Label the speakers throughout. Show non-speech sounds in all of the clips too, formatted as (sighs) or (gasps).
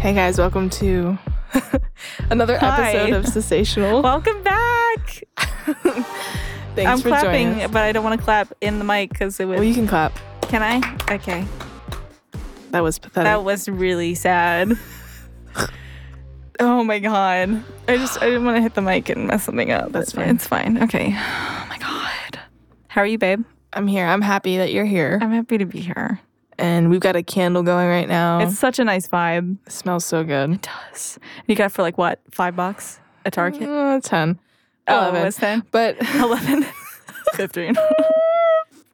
Speaker 1: Hey guys, welcome to (laughs) another
Speaker 2: Hi.
Speaker 1: episode of Sensational.
Speaker 2: Welcome back.
Speaker 1: Thanks
Speaker 2: I'm
Speaker 1: for
Speaker 2: clapping,
Speaker 1: joining us.
Speaker 2: but I don't want to clap in the mic because it was.
Speaker 1: Well, you can clap.
Speaker 2: can I? Okay.
Speaker 1: That was pathetic.
Speaker 2: That was really sad. oh my god. I just I didn't want to hit the mic and mess something up.
Speaker 1: That's
Speaker 2: but
Speaker 1: fine.
Speaker 2: It's fine. Okay. Oh my god. How are you, babe?
Speaker 1: I'm here. I'm happy that you're here.
Speaker 2: I'm happy to be here.
Speaker 1: and we've got a candle going right now.
Speaker 2: It's such a nice vibe.
Speaker 1: it smells so good.
Speaker 2: does. You got it for like what? Five bucks at Target.
Speaker 1: Mm, 10.
Speaker 2: Oh, it was ten. (laughs)
Speaker 1: But (laughs)
Speaker 2: Eleven. Fifteen.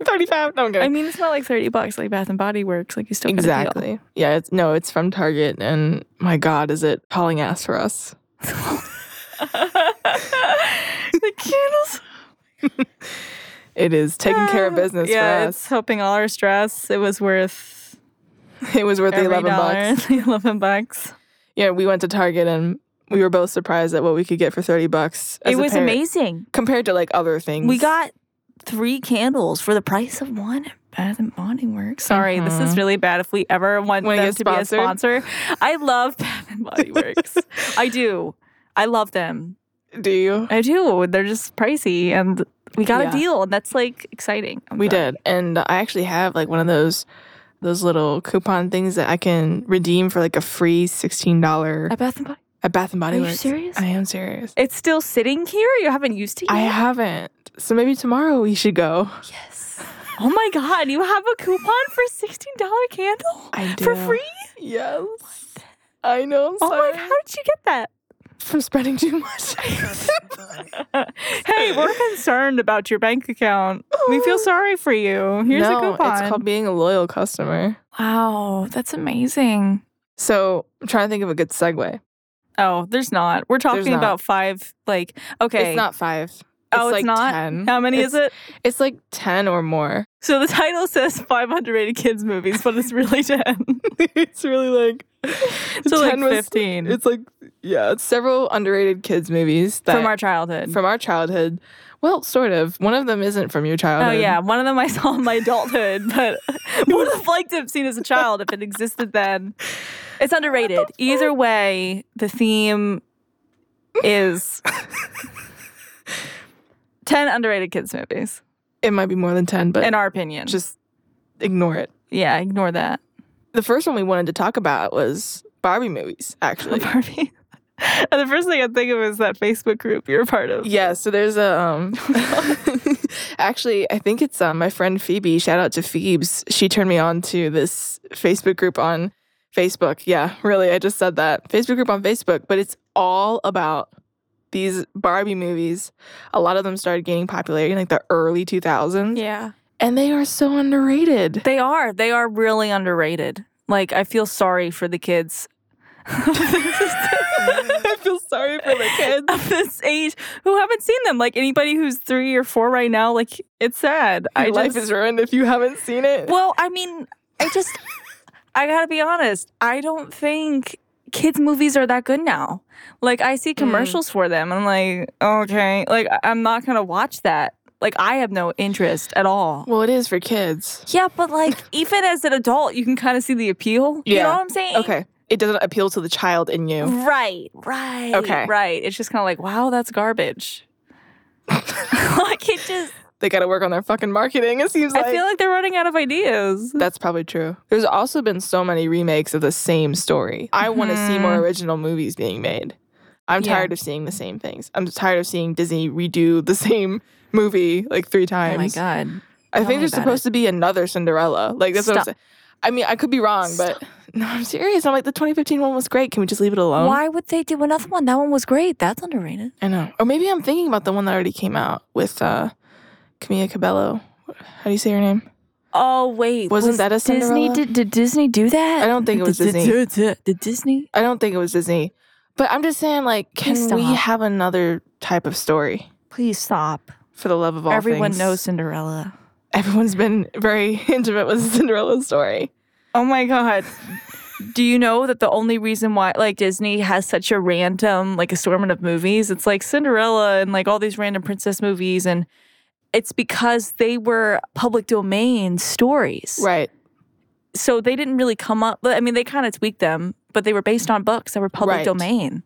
Speaker 1: 35. No, I'm kidding.
Speaker 2: (laughs) I mean, it's not like thirty bucks like Bath and Body Works. Like you still get a deal.
Speaker 1: exactly. Yeah, it's, no, it's from Target. And my God, is it hauling ass for us?
Speaker 2: the candles.
Speaker 1: It is (laughs) taking care of business
Speaker 2: Ah, yeah,
Speaker 1: for
Speaker 2: it's
Speaker 1: us.
Speaker 2: helping all our stress. It was worth
Speaker 1: (laughs) It was worth the
Speaker 2: every
Speaker 1: 11
Speaker 2: dollar, (laughs)
Speaker 1: bucks.
Speaker 2: the Eleven bucks.
Speaker 1: (laughs) Yeah, we went to Target and we were both surprised at what we could get for 30 bucks. as
Speaker 2: it
Speaker 1: a
Speaker 2: was
Speaker 1: pair-
Speaker 2: amazing.
Speaker 1: compared to like other things.
Speaker 2: We got three candles for the price of one. at Bath and Body Works. Sorry, this is really bad. If we ever want
Speaker 1: Mm-hmm. Wanna
Speaker 2: them
Speaker 1: get
Speaker 2: to be a
Speaker 1: sponsored?
Speaker 2: sponsor, I love Bath
Speaker 1: (laughs)
Speaker 2: and Body Works. I do. I love them.
Speaker 1: Do you?
Speaker 2: I do. They're just pricey, and we got
Speaker 1: Yeah.
Speaker 2: a deal, and that's like exciting. I'm
Speaker 1: We
Speaker 2: sorry.
Speaker 1: did, and I actually have like one of those those little coupon things that I can redeem for like a free sixteen dollar
Speaker 2: at Bath and Body.
Speaker 1: at Bath and Body
Speaker 2: Are you
Speaker 1: Works.
Speaker 2: serious?
Speaker 1: I am serious.
Speaker 2: It's still sitting here. You haven't used it. Yet?
Speaker 1: I haven't. So maybe tomorrow we should go.
Speaker 2: Yes. Oh my God! You have a coupon for sixteen dollar candle
Speaker 1: I do
Speaker 2: for free.
Speaker 1: Yes. I know. I'm
Speaker 2: Oh my
Speaker 1: sorry
Speaker 2: God! How did you get that?
Speaker 1: for spending too (laughs) much.
Speaker 2: hey, (laughs) we're concerned about your bank account. We feel sorry for you. Here's
Speaker 1: no,
Speaker 2: a coupon.
Speaker 1: it's called being a loyal customer.
Speaker 2: wow, that's amazing.
Speaker 1: So I'm trying to think of a good segue.
Speaker 2: Oh, there's not. We're talking
Speaker 1: not.
Speaker 2: about five. Like, okay,
Speaker 1: It's not five.
Speaker 2: Oh,
Speaker 1: it's
Speaker 2: it's
Speaker 1: like
Speaker 2: not?
Speaker 1: ten.
Speaker 2: How many is
Speaker 1: It's-
Speaker 2: it?
Speaker 1: It's like ten or more.
Speaker 2: So the title says five underrated kids movies, but it's really (laughs) ten.
Speaker 1: (laughs) it's really like
Speaker 2: so like
Speaker 1: 10 was-
Speaker 2: fifteen
Speaker 1: It's like yeah, it's several underrated kids movies that
Speaker 2: from our childhood.
Speaker 1: from our childhood. Well, sort of. One of them isn't from your
Speaker 2: Oh
Speaker 1: childhood.
Speaker 2: yeah, one of them I saw in my adulthood, (laughs) but
Speaker 1: (laughs)
Speaker 2: would have liked to have seen as a child if it existed then.
Speaker 1: (laughs)
Speaker 2: It's underrated. Either way, the theme
Speaker 1: (laughs)
Speaker 2: is ten underrated kids movies,
Speaker 1: It might be more than 10, but
Speaker 2: in our opinion.
Speaker 1: just ignore it.
Speaker 2: yeah, ignore
Speaker 1: (laughs)
Speaker 2: that. (laughs)
Speaker 1: The first one we wanted to talk about was (laughs) Barbie movies, actually.
Speaker 2: Barbie. And the first thing I think of is that Facebook group you're a part of.
Speaker 1: Yeah, so there's a um (laughs) actually I think it's um my friend Phoebe, shout out to Phoebes. She turned me on to this Facebook group on Facebook. Yeah, really, I just said that. Facebook group on Facebook, but it's all about these Barbie movies. A lot of them started gaining popularity in like the early 2000s
Speaker 2: Yeah.
Speaker 1: and they are so
Speaker 2: (laughs)
Speaker 1: underrated.
Speaker 2: They are. They are really underrated. Like I feel sorry for the kids.
Speaker 1: I feel sorry for the kids.
Speaker 2: (laughs) of this age who haven't seen them. Like anybody who's three or four right now, like it's sad.
Speaker 1: Your
Speaker 2: I
Speaker 1: life
Speaker 2: just,
Speaker 1: is ruined if you haven't seen it.
Speaker 2: well, I mean, I
Speaker 1: (laughs)
Speaker 2: just I gotta be honest. I don't think kids movies are that good now. Like I
Speaker 1: Hmm.
Speaker 2: see commercials for them. I'm like, okay, like I- I'm not gonna watch that. Like I have no interest at all.
Speaker 1: well, it is for kids.
Speaker 2: Yeah, but like (laughs) even as an adult, you can kind of see the appeal. You
Speaker 1: Yeah.
Speaker 2: know what I'm saying?
Speaker 1: Okay. It doesn't appeal to the child in you.
Speaker 2: Right, right.
Speaker 1: Okay.
Speaker 2: Right. It's just kind of like, wow, that's garbage. (laughs) like it just
Speaker 1: they got to work on their fucking marketing. It seems like.
Speaker 2: I feel like they're running out of ideas.
Speaker 1: that's probably true. There's also been so many remakes of the same story. I want to see more original movies being made. I'm
Speaker 2: Mm-hmm. Yeah.
Speaker 1: tired of seeing the same things. I'm tired of seeing Disney redo the same (laughs) movie like three times.
Speaker 2: Oh god.
Speaker 1: I
Speaker 2: Tell
Speaker 1: think
Speaker 2: me
Speaker 1: there's
Speaker 2: about
Speaker 1: supposed to be another Cinderella. Like that's what I'm
Speaker 2: Stop.
Speaker 1: saying. I mean, I could be wrong, but (laughs) no, I'm serious. I'm like the 2015 one was great. Can we just leave it alone?
Speaker 2: Why would they do another one? That one was great. That's underrated.
Speaker 1: I know. Or maybe I'm thinking about the one that already came out with uh Camila Cabello. How do you say her name?
Speaker 2: Oh wait,
Speaker 1: Wasn't that a Cinderella?
Speaker 2: Disney? Did, did Disney do that?
Speaker 1: I don't think it was
Speaker 2: Did- did-
Speaker 1: Disney.
Speaker 2: Did, did Disney?
Speaker 1: I don't think it was Disney. But I'm just saying, like, can
Speaker 2: Stop.
Speaker 1: we have another type of story?
Speaker 2: Please stop.
Speaker 1: For the love of all
Speaker 2: Everyone
Speaker 1: things.
Speaker 2: knows Cinderella.
Speaker 1: (laughs) Everyone's been very (laughs) intimate with the Cinderella story.
Speaker 2: Oh my god. Do you know that the only reason why like Disney has such a random like assortment of movies? It's like Cinderella and like all these random princess movies and it's because they were public domain stories.
Speaker 1: Right.
Speaker 2: so they didn't really come up. I mean, they kind of tweaked them but they were based on books that were public
Speaker 1: Right.
Speaker 2: domain.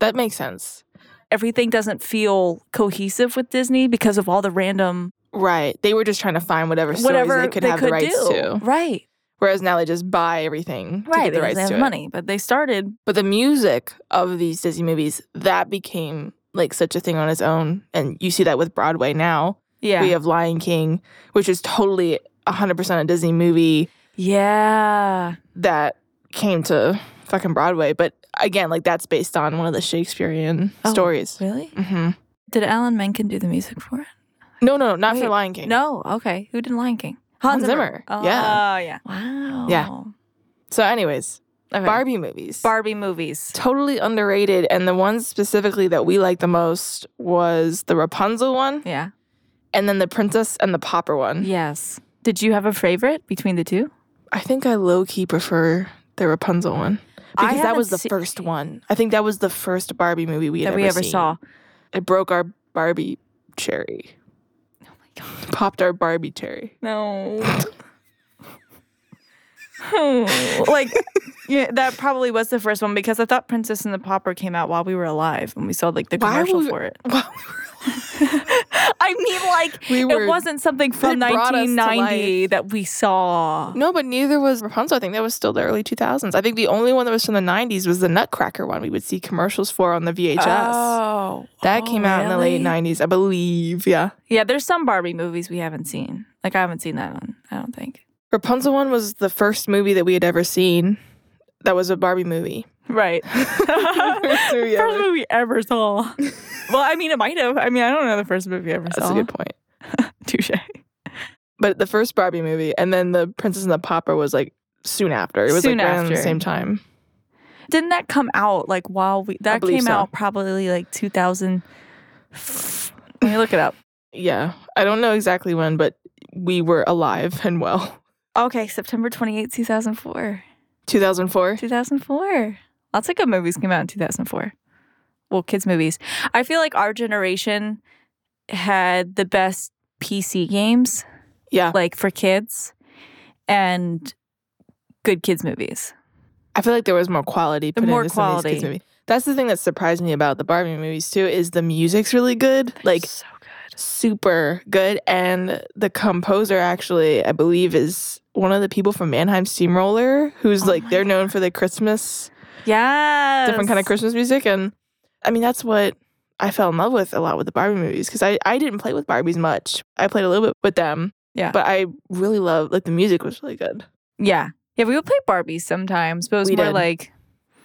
Speaker 1: That makes sense.
Speaker 2: Everything doesn't feel cohesive with Disney because of all the random
Speaker 1: Right. They were just trying to find whatever,
Speaker 2: whatever
Speaker 1: stories they could have the rights
Speaker 2: do.
Speaker 1: to.
Speaker 2: Right,
Speaker 1: Whereas now they just buy everything to get
Speaker 2: right.
Speaker 1: the
Speaker 2: because
Speaker 1: rights
Speaker 2: they have
Speaker 1: to it.
Speaker 2: money, but they started
Speaker 1: But the music of these Disney movies, that became like such a thing on its own. And you see that with Broadway now.
Speaker 2: yeah
Speaker 1: We have Lion King, which is totally 100% a Disney movie
Speaker 2: yeah
Speaker 1: that came to fucking Broadway. But again, like that's based on one of the Shakespearean
Speaker 2: Oh.
Speaker 1: stories.
Speaker 2: really.
Speaker 1: hmm
Speaker 2: Did Alan Menken do the music for it?
Speaker 1: No, no, not for
Speaker 2: Wait,
Speaker 1: Lion King.
Speaker 2: No. Okay. Who did Lion King?
Speaker 1: Hans Zimmer.
Speaker 2: Oh,
Speaker 1: Yeah.
Speaker 2: yeah. Wow.
Speaker 1: So, anyways,
Speaker 2: Okay.
Speaker 1: Barbie movies.
Speaker 2: Barbie movies.
Speaker 1: totally underrated. And the one specifically that we liked the most was the Rapunzel one
Speaker 2: Yeah.
Speaker 1: and then the Princess and the Pauper one.
Speaker 2: Yes. Mm-hmm. Did you have a favorite between the two?
Speaker 1: I think I low key prefer the Rapunzel one
Speaker 2: I
Speaker 1: because that was
Speaker 2: haven't
Speaker 1: the
Speaker 2: se-
Speaker 1: first one. I think that was the first Barbie movie we had
Speaker 2: that we ever
Speaker 1: seen.
Speaker 2: saw.
Speaker 1: It broke our Barbie cherry,
Speaker 2: Oh my god.
Speaker 1: popped our Barbie cherry.
Speaker 2: No. (laughs) like yeah, that probably was the first one because I thought Princess and the Pauper came out while we were alive and we saw like the
Speaker 1: Why
Speaker 2: commercial
Speaker 1: would-
Speaker 2: for it.
Speaker 1: (laughs) Wow.
Speaker 2: (laughs) I mean like
Speaker 1: we were
Speaker 2: it wasn't something from
Speaker 1: it brought us to
Speaker 2: 1990
Speaker 1: life.
Speaker 2: that we saw.
Speaker 1: no, but neither was Rapunzel. I think that was still the early 2000s. I think the only one that was from the 90s was the Nutcracker one. We would see commercials for on the VHS.
Speaker 2: Oh,
Speaker 1: That
Speaker 2: oh,
Speaker 1: came out in the late
Speaker 2: really?
Speaker 1: 90s, I believe. Yeah.
Speaker 2: Yeah, there's some Barbie movies we haven't seen. Like I haven't seen that one. I don't think.
Speaker 1: Rapunzel one was the first movie that we had ever seen that was a Barbie movie. (laughs)
Speaker 2: (laughs) Right.
Speaker 1: First
Speaker 2: first
Speaker 1: movie ever.
Speaker 2: movie ever
Speaker 1: (laughs)
Speaker 2: saw. well, I mean, it might have. I mean, I don't know the first movie I ever
Speaker 1: That's
Speaker 2: saw.
Speaker 1: a
Speaker 2: (laughs)
Speaker 1: good point.
Speaker 2: Touche.
Speaker 1: But the first Barbie movie and then the Princess and the Pauper was like soon after. It was
Speaker 2: Soon
Speaker 1: like around
Speaker 2: after.
Speaker 1: the same time.
Speaker 2: Didn't that come out like while we? That
Speaker 1: believe
Speaker 2: came
Speaker 1: so.
Speaker 2: out probably like 2000. Let me look it up.
Speaker 1: Yeah. I don't know exactly when, but we were alive and well. (laughs)
Speaker 2: Okay, September 28, 2004.
Speaker 1: 2004.
Speaker 2: 2004. Lots of good movies came out in 2004. Well, kids' movies. I feel like our generation had the best PC games,
Speaker 1: Yeah.
Speaker 2: like for kids, and good kids' movies.
Speaker 1: I feel like there was more quality put
Speaker 2: More
Speaker 1: into some of these kids'
Speaker 2: quality.
Speaker 1: movie. That's the thing that surprised me about the Barbie movies too is the music's really good. Like
Speaker 2: so good.
Speaker 1: super good. And the composer, actually, I believe, is one of the people from Mannheim Steamroller, who's
Speaker 2: Oh
Speaker 1: like
Speaker 2: my
Speaker 1: they're known for the Christmas,
Speaker 2: Yeah.
Speaker 1: different kind of Christmas music. And I mean, that's what I fell in love with a lot with the Barbie movies because I, I didn't play with Barbies much. I played a little bit with them.
Speaker 2: Yeah.
Speaker 1: But I really loved, like, the music was really good.
Speaker 2: Yeah. Yeah, we would play Barbies sometimes, but it was
Speaker 1: We
Speaker 2: more
Speaker 1: did.
Speaker 2: like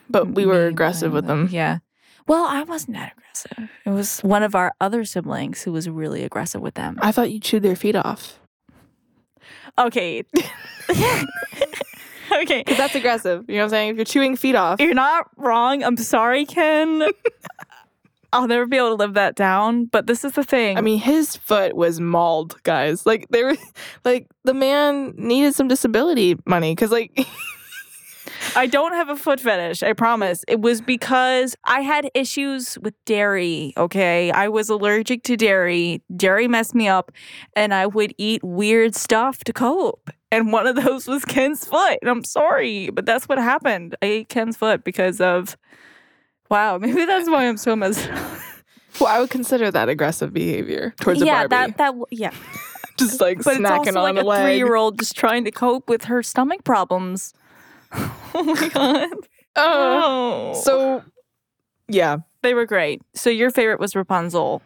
Speaker 1: But we were
Speaker 2: me
Speaker 1: aggressive
Speaker 2: playing
Speaker 1: with them.
Speaker 2: Yeah. Well, I wasn't that aggressive. It was one of our other siblings who was really aggressive with them.
Speaker 1: I thought you chewed their feet off.
Speaker 2: Okay. (laughs) okay.
Speaker 1: Because that's aggressive. You know what I'm saying? If you're chewing feet off,
Speaker 2: You're not wrong. I'm
Speaker 1: (laughs)
Speaker 2: sorry, Ken. I'll never be able to live that down. But this is the thing.
Speaker 1: I mean, his foot was mauled, guys. Like they were, (laughs) like the man needed some disability money because, like, (laughs)
Speaker 2: I don't have a foot fetish. I promise. It was because I had issues with dairy. Okay. I was allergic to dairy. Dairy messed me up, and I would eat weird stuff to cope. And one of those was Ken's foot. And I'm sorry, but that's what happened. I ate Ken's foot because of. Wow, (laughs) maybe that's why I'm so messed up.
Speaker 1: well, I would consider that aggressive behavior towards
Speaker 2: yeah,
Speaker 1: a Barbie.
Speaker 2: that that w- yeah.
Speaker 1: (laughs) just like
Speaker 2: but it's
Speaker 1: snacking
Speaker 2: also
Speaker 1: on
Speaker 2: like
Speaker 1: the
Speaker 2: a
Speaker 1: leg.
Speaker 2: three-year-old just trying to cope with her stomach problems. (laughs) oh my god!
Speaker 1: (laughs) Oh.
Speaker 2: Oh, so
Speaker 1: So, yeah,
Speaker 2: they were great. So your favorite was Rapunzel.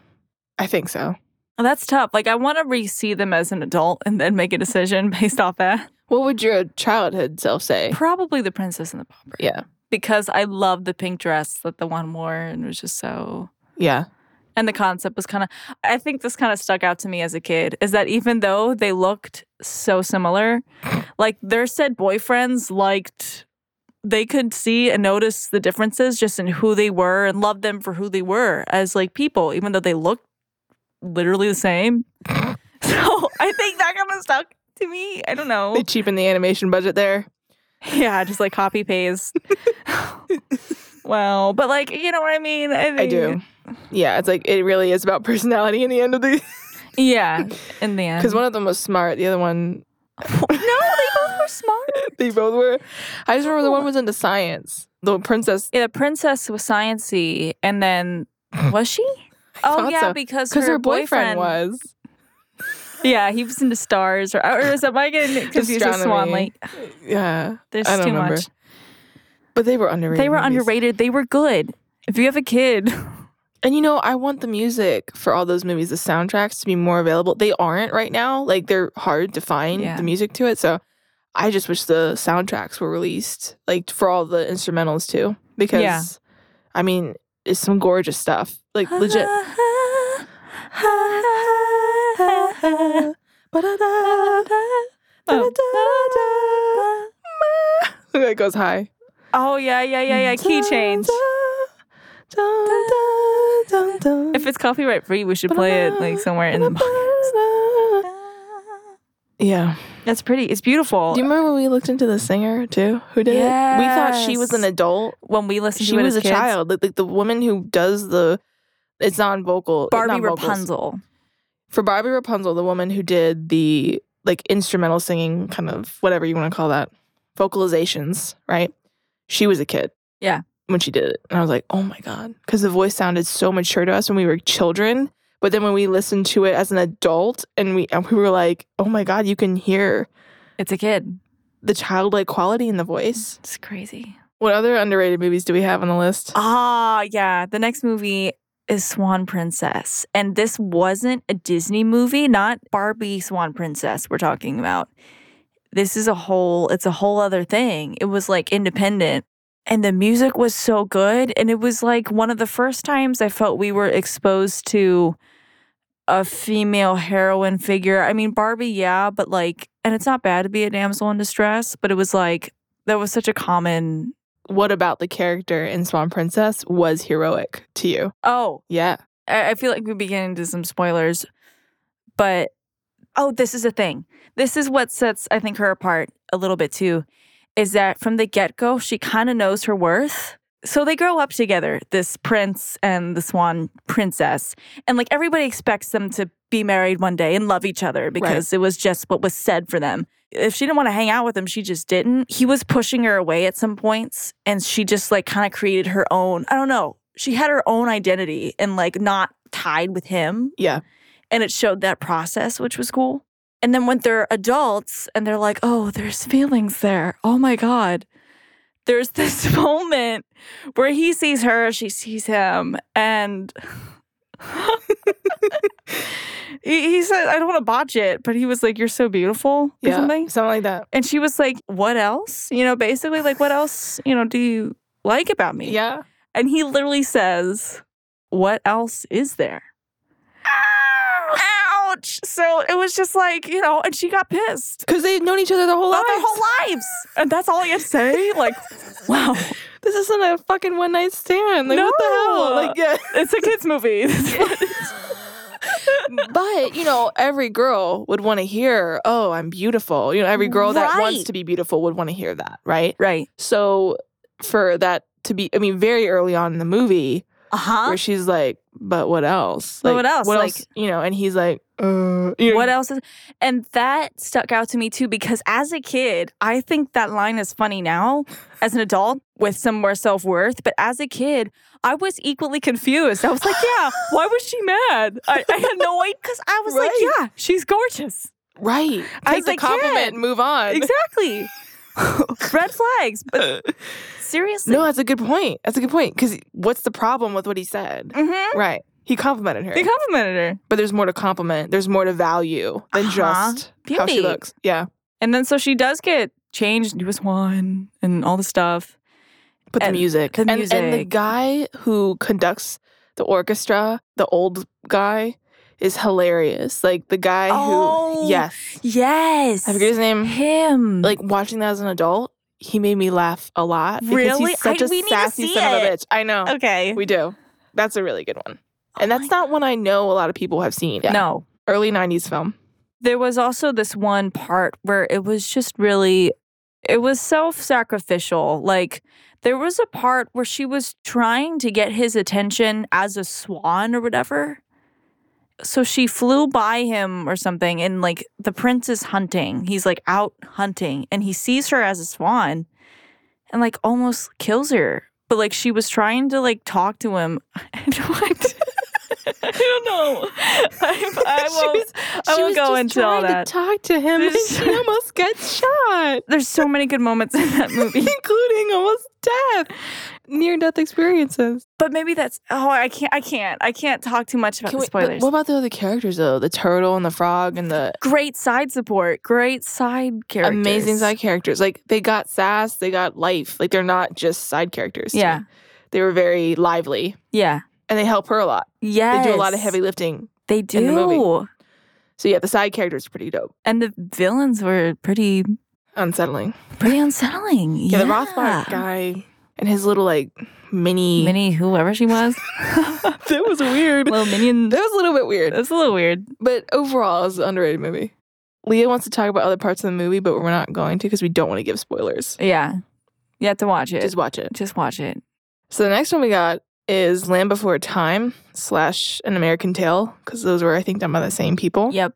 Speaker 1: I think so.
Speaker 2: Oh, that's tough. Like I want to re-see them as an adult and then make a decision (laughs) based off that.
Speaker 1: What would your childhood self say?
Speaker 2: Probably the Princess and the Pauper.
Speaker 1: Yeah,
Speaker 2: because I love the pink dress that the one wore and it was just so.
Speaker 1: yeah,
Speaker 2: And the concept was kind of, I think this kind of stuck out to me as a kid is that even though they looked so similar, like their said boyfriends liked, they could see and notice the differences just in who they were and love them for who they were as like people, even though they looked literally the same. (laughs) so I think that kind of stuck to me. I don't know.
Speaker 1: (laughs) they cheapened the animation budget there.
Speaker 2: Yeah, just like
Speaker 1: (laughs)
Speaker 2: copy paste. wow. But like, you know what I mean? think,
Speaker 1: I do. Yeah, it's like it really is about (laughs) personality in the end of the.
Speaker 2: Yeah, in
Speaker 1: (laughs)
Speaker 2: the end.
Speaker 1: Because one of them was smart, the other one
Speaker 2: (laughs) no, they both were smart.
Speaker 1: (laughs) they both were. I just remember the one was into science. the princess
Speaker 2: Yeah, the princess was sciency, and then
Speaker 1: (laughs)
Speaker 2: was she? oh
Speaker 1: thought
Speaker 2: yeah,
Speaker 1: so.
Speaker 2: because
Speaker 1: because
Speaker 2: her,
Speaker 1: her, boyfriend, was
Speaker 2: Yeah, he was into stars, or, or is am I getting confused with Swan
Speaker 1: Astronomy.
Speaker 2: Lake?
Speaker 1: yeah,
Speaker 2: There's
Speaker 1: I
Speaker 2: too
Speaker 1: don't remember.
Speaker 2: much.
Speaker 1: but they were underrated.
Speaker 2: They were
Speaker 1: movies.
Speaker 2: underrated. They were good. If you have a kid,
Speaker 1: And you know, I want the music for all those movies, the soundtracks to be more available. They aren't right now. Like they're hard to find
Speaker 2: Yeah.
Speaker 1: the music to it. So I just wish the soundtracks were released, like for all the instrumentals too. Because
Speaker 2: Yeah.
Speaker 1: I mean, it's some gorgeous stuff. (laughs) Like legit.
Speaker 2: Oh.
Speaker 1: (laughs) That goes high.
Speaker 2: (laughs) Oh yeah, yeah, yeah, yeah. Key change. If it's copyright free, we should play it like somewhere in the.
Speaker 1: Yeah.
Speaker 2: (laughs) That's pretty. It's beautiful.
Speaker 1: Do you remember when we looked into the singer too? Who did it? We thought she was an
Speaker 2: Yes.
Speaker 1: adult.
Speaker 2: when we listened
Speaker 1: She
Speaker 2: to it
Speaker 1: was
Speaker 2: as
Speaker 1: a
Speaker 2: kids,
Speaker 1: child. Like, like the woman who does the it's non vocal.
Speaker 2: Barbie Rapunzel.
Speaker 1: For Barbie Rapunzel, the woman who did the like instrumental singing kind of whatever you want to call that. Vocalizations, right? She was a kid.
Speaker 2: Yeah.
Speaker 1: When she did it. And I was like, oh my God. Because the voice sounded so mature to us when we were children. But then when we listened to it as an adult and we and we were like, oh my God, you can hear
Speaker 2: It's a kid.
Speaker 1: the childlike quality in the voice.
Speaker 2: It's crazy.
Speaker 1: What other underrated movies do we have on the list?
Speaker 2: Ah, yeah. The next movie is Swan Princess. And this wasn't a Disney movie, not Barbie Swan Princess we're talking about. This is a whole it's a whole other thing. It was like independent. And the music was so good and it was like one of the first times I felt we were exposed to a female heroine figure. I mean Barbie, yeah, but like and it's not bad to be a damsel in distress, but it was like that was such a common
Speaker 1: What about the character in Swan Princess was heroic to you?
Speaker 2: oh,
Speaker 1: Yeah.
Speaker 2: I, I feel like we begin into some spoilers, but oh, this is a thing. This is what sets, I think, her apart a little bit too, is that from the get go, she kind of knows her worth. So they grow up together, this prince and the swan princess. And like everybody expects them to be married one day and love each other because it was just what was said for them. If she didn't want to hang out with him, she just didn't. He was pushing her away at some points and she just like kind of created her own, I don't know, she had her own identity and like not tied with him
Speaker 1: Yeah.
Speaker 2: and it showed that process, which was cool. And then when they're adults and they're like, oh, there's feelings there. Oh my God. There's (laughs) this moment where he sees her, she sees him, and (laughs) he, he said, I don't want to botch it, but he was like, You're so beautiful or
Speaker 1: Yeah.
Speaker 2: something.
Speaker 1: like that.
Speaker 2: And she was like, What else? You know, basically, like, what else, you know, do you like about me?
Speaker 1: Yeah.
Speaker 2: And he literally says, What else is there? Ouch! So it was just like, you know, and she got pissed.
Speaker 1: Because they've known each other Oh, their whole lives.
Speaker 2: About their whole lives. And that's all you have to say? Like, wow.
Speaker 1: This isn't a fucking one night stand. Like, what the hell?
Speaker 2: No.
Speaker 1: Like, yeah.
Speaker 2: It's a kid's movie.
Speaker 1: (laughs)
Speaker 2: (laughs)
Speaker 1: But, you know, every girl would want to hear, oh, I'm beautiful. You know, every girl that wants
Speaker 2: Right.
Speaker 1: to be beautiful would want to hear that, right?
Speaker 2: right.
Speaker 1: So for that to be, I mean, very early on in the movie,
Speaker 2: Uh huh.
Speaker 1: where she's like, "But what else?
Speaker 2: But what else?
Speaker 1: What
Speaker 2: Like-
Speaker 1: else? You know?" And he's like, "Uh, you know,
Speaker 2: (laughs) What else is. And that stuck out to me too, because as a kid, I think that line is funny now as an adult with some more self worth. But as a kid, I was equally confused. I was like, (laughs) yeah, why was she mad? I, I had (laughs) no idea. Because I was
Speaker 1: Right.
Speaker 2: like, yeah, she's (laughs) gorgeous.
Speaker 1: Right?
Speaker 2: I
Speaker 1: Take
Speaker 2: was
Speaker 1: the
Speaker 2: like,
Speaker 1: compliment
Speaker 2: "Yeah."
Speaker 1: and move on."
Speaker 2: Exactly. Red flags. But (laughs) seriously.
Speaker 1: No, that's a good point. That's a good point. Because what's the problem with what he said?
Speaker 2: Mm-hmm.
Speaker 1: Right? He complimented her,
Speaker 2: They complimented her.
Speaker 1: but there's more to compliment. There's more to value than
Speaker 2: Uh-huh.
Speaker 1: just how
Speaker 2: Beauty.
Speaker 1: she looks. Yeah.
Speaker 2: And then so she does get changed into a swan and all the stuff.
Speaker 1: But the
Speaker 2: And
Speaker 1: music,
Speaker 2: the
Speaker 1: And- and the
Speaker 2: music.
Speaker 1: guy who conducts the orchestra, the old guy, is hilarious. Like the guy
Speaker 2: Oh.
Speaker 1: who, yes,
Speaker 2: Yes.
Speaker 1: I forget his name.
Speaker 2: Him.
Speaker 1: like watching that as an adult, he made me laugh a lot. Because
Speaker 2: Really?
Speaker 1: He's such
Speaker 2: I-
Speaker 1: a
Speaker 2: we need to
Speaker 1: sassy
Speaker 2: see
Speaker 1: son of a
Speaker 2: it.
Speaker 1: bitch. I know.
Speaker 2: okay.
Speaker 1: We do. That's a really good one. And
Speaker 2: Oh
Speaker 1: that's
Speaker 2: my-
Speaker 1: not one I know a lot of people have seen. Yeah.
Speaker 2: No.
Speaker 1: Early 90s film.
Speaker 2: there was also this one part where it was just really it was self-sacrificial like there was a part where she was trying to get his attention as a swan or whatever so she flew by him or something and like the prince is hunting he's like out hunting and he sees her as a swan and and like almost kills her. But like she was trying to like talk to him. (laughs) And (laughs) what? (laughs) I don't know. I, (laughs) I
Speaker 1: She
Speaker 2: won't.
Speaker 1: was-
Speaker 2: I
Speaker 1: she
Speaker 2: won't
Speaker 1: was
Speaker 2: go
Speaker 1: just
Speaker 2: into all
Speaker 1: trying
Speaker 2: that.
Speaker 1: To talk to him, and
Speaker 2: This-
Speaker 1: she almost got
Speaker 2: (laughs)
Speaker 1: shot,
Speaker 2: There's so many good moments in
Speaker 1: (laughs)
Speaker 2: that movie.
Speaker 1: including almost death, near-death experiences.
Speaker 2: But maybe that's oh I can't I can't I can't talk too much about
Speaker 1: Can
Speaker 2: the
Speaker 1: we- but
Speaker 2: spoilers.
Speaker 1: What about the other characters though? The turtle and the frog and the
Speaker 2: great side support, great side characters,
Speaker 1: amazing side characters. Like they got sass, they got life. Like they're not just side characters. to
Speaker 2: Yeah.
Speaker 1: me. They were very lively
Speaker 2: Yeah,
Speaker 1: and they help her a lot.
Speaker 2: yeah.
Speaker 1: They do a lot of heavy lifting.
Speaker 2: They do.
Speaker 1: in the movie. So yeah, the side characters are pretty dope.
Speaker 2: And the villains were pretty
Speaker 1: Unsettling.
Speaker 2: pretty unsettling.
Speaker 1: Yeah,
Speaker 2: Yeah,
Speaker 1: the Rothbard guy and his little like mini
Speaker 2: Minnie, whoever she was,
Speaker 1: (laughs) that was weird.
Speaker 2: little minion.
Speaker 1: That was a little bit weird.
Speaker 2: That's a little weird.
Speaker 1: But overall, it was an underrated movie. Leah wants to talk about other parts of the movie, but we're not going to because we don't want to give spoilers.
Speaker 2: Yeah, you have to watch it.
Speaker 1: Just
Speaker 2: Just,
Speaker 1: watch it.
Speaker 2: watch it.
Speaker 1: So the next one we got is Land Before Time slash An American Tale because those were I think done by the same people.
Speaker 2: Yep.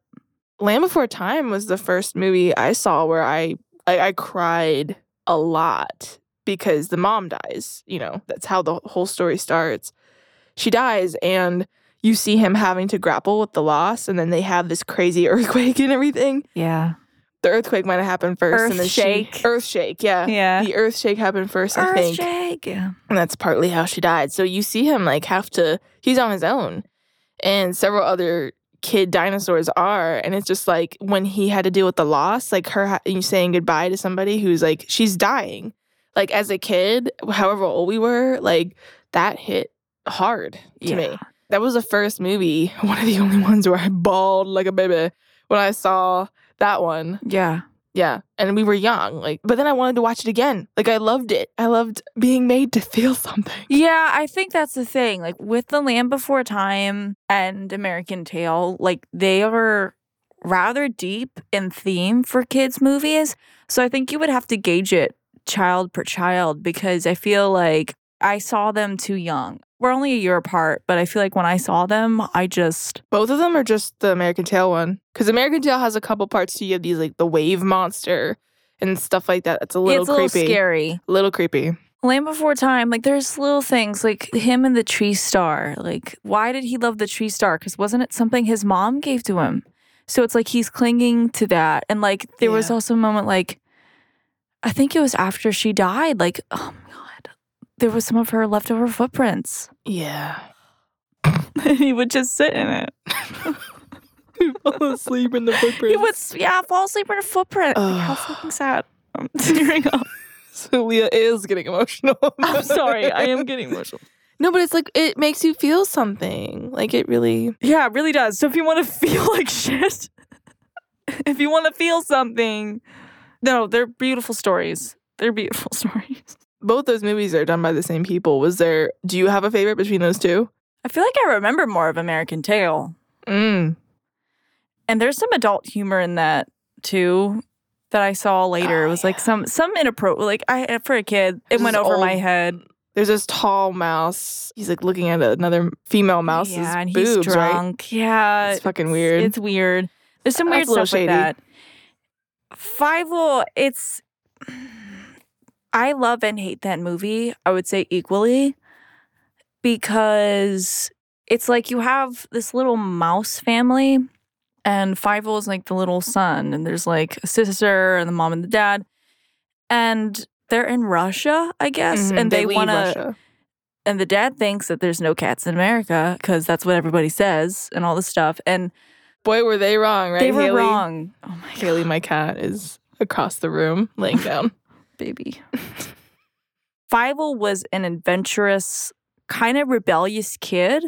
Speaker 1: Land Before Time was the first movie I saw where I I, I cried a lot because the mom dies. You know that's how the whole story starts. She dies and. You see him having to grapple with the loss, and then they have this crazy (laughs) earthquake and everything.
Speaker 2: Yeah.
Speaker 1: The earthquake might have happened first, and then she-
Speaker 2: Earthshake.
Speaker 1: earth shake, yeah.
Speaker 2: Yeah.
Speaker 1: The earth shake happened first, I think.
Speaker 2: Earthshake. Yeah.
Speaker 1: And that's partly how she died. So you see him like have to, he's on his own. And several other kid dinosaurs are. And it's just like when he had to deal with the loss, like her ha- you saying goodbye to somebody who's like, she's dying. Like as a kid, however old we were, like that hit hard to
Speaker 2: Yeah.
Speaker 1: me. That was the first movie, (laughs) one of the only ones where I bawled like a baby when I saw that one.
Speaker 2: Yeah.
Speaker 1: Yeah. And we were young. Like, but then I wanted to watch it again. Like, I loved it. I loved being made to feel something. (laughs)
Speaker 2: Yeah, I think that's the thing. Like with The Land Before Time and American Tale, like they are rather deep in theme for kids' movies. So I think you would have to gauge it child per child because I feel like I saw them too young. We're only a year apart, but I feel like when I saw them, I just,
Speaker 1: Both of them are just the American Tail one. Because American Tail has a couple parts too. You have these, like, the wave monster and stuff like that. It's a little
Speaker 2: it's a
Speaker 1: creepy.
Speaker 2: little scary.
Speaker 1: Little creepy.
Speaker 2: Land Before Time, like there's little things like him and the tree star. Like, why did he love the tree star? Because wasn't it something his mom gave to him? So it's like he's clinging to that. And like there was
Speaker 1: Yeah.
Speaker 2: also a moment like, I think it was after she died. Like, oh my god, there was some of her leftover footprints.
Speaker 1: Yeah.
Speaker 2: And (laughs) he would just sit in it.
Speaker 1: (laughs) You fall asleep
Speaker 2: (laughs)
Speaker 1: in the footprint.
Speaker 2: He would, s- yeah, fall asleep in her footprint. Like, (sighs) how
Speaker 1: Ugh.
Speaker 2: fucking sad. I'm tearing up.
Speaker 1: so (laughs) Leah is getting emotional.
Speaker 2: (laughs) I'm sorry. I am getting emotional.
Speaker 1: (laughs) No, but it's like, it makes you feel something. Like, it really.
Speaker 2: Yeah, it really does. So if you want to (laughs) feel like shit, if you want to feel something, no, they're beautiful stories. They're beautiful (laughs) stories.
Speaker 1: Both those movies are done by the same people. Was there, do you have a favorite between those two?
Speaker 2: I feel like I remember more of American Tale.
Speaker 1: Mm.
Speaker 2: And there's some adult humor in that too that I saw later.
Speaker 1: Oh,
Speaker 2: it was like some some inappropriate like I for a kid, it
Speaker 1: This
Speaker 2: went
Speaker 1: is
Speaker 2: over my
Speaker 1: old
Speaker 2: head.
Speaker 1: There's this tall mouse. He's like looking at another female mouse's
Speaker 2: yeah, and
Speaker 1: boobs,
Speaker 2: he's
Speaker 1: right?
Speaker 2: drunk. Yeah.
Speaker 1: It's fucking weird.
Speaker 2: It's weird. There's some
Speaker 1: That's
Speaker 2: weird
Speaker 1: a little
Speaker 2: stuff
Speaker 1: shady.
Speaker 2: with that. Fievel, it's I love and hate that movie, I would say equally, because it's like you have this little mouse family and Fievel is like the little son, and there's like a sister and the mom and the dad. And they're in Russia, I guess.
Speaker 1: Mhm,
Speaker 2: And they,
Speaker 1: leave
Speaker 2: wanna
Speaker 1: Russia.
Speaker 2: and the dad thinks that there's no cats in America because that's what everybody says and all this stuff. And
Speaker 1: Boy, were they wrong, right?
Speaker 2: they were
Speaker 1: Haley?
Speaker 2: wrong. Oh my
Speaker 1: (sighs)
Speaker 2: god,
Speaker 1: Haley, my cat, is across the room laying
Speaker 2: (laughs)
Speaker 1: down.
Speaker 2: baby. Fievel was an adventurous, kind of rebellious kid,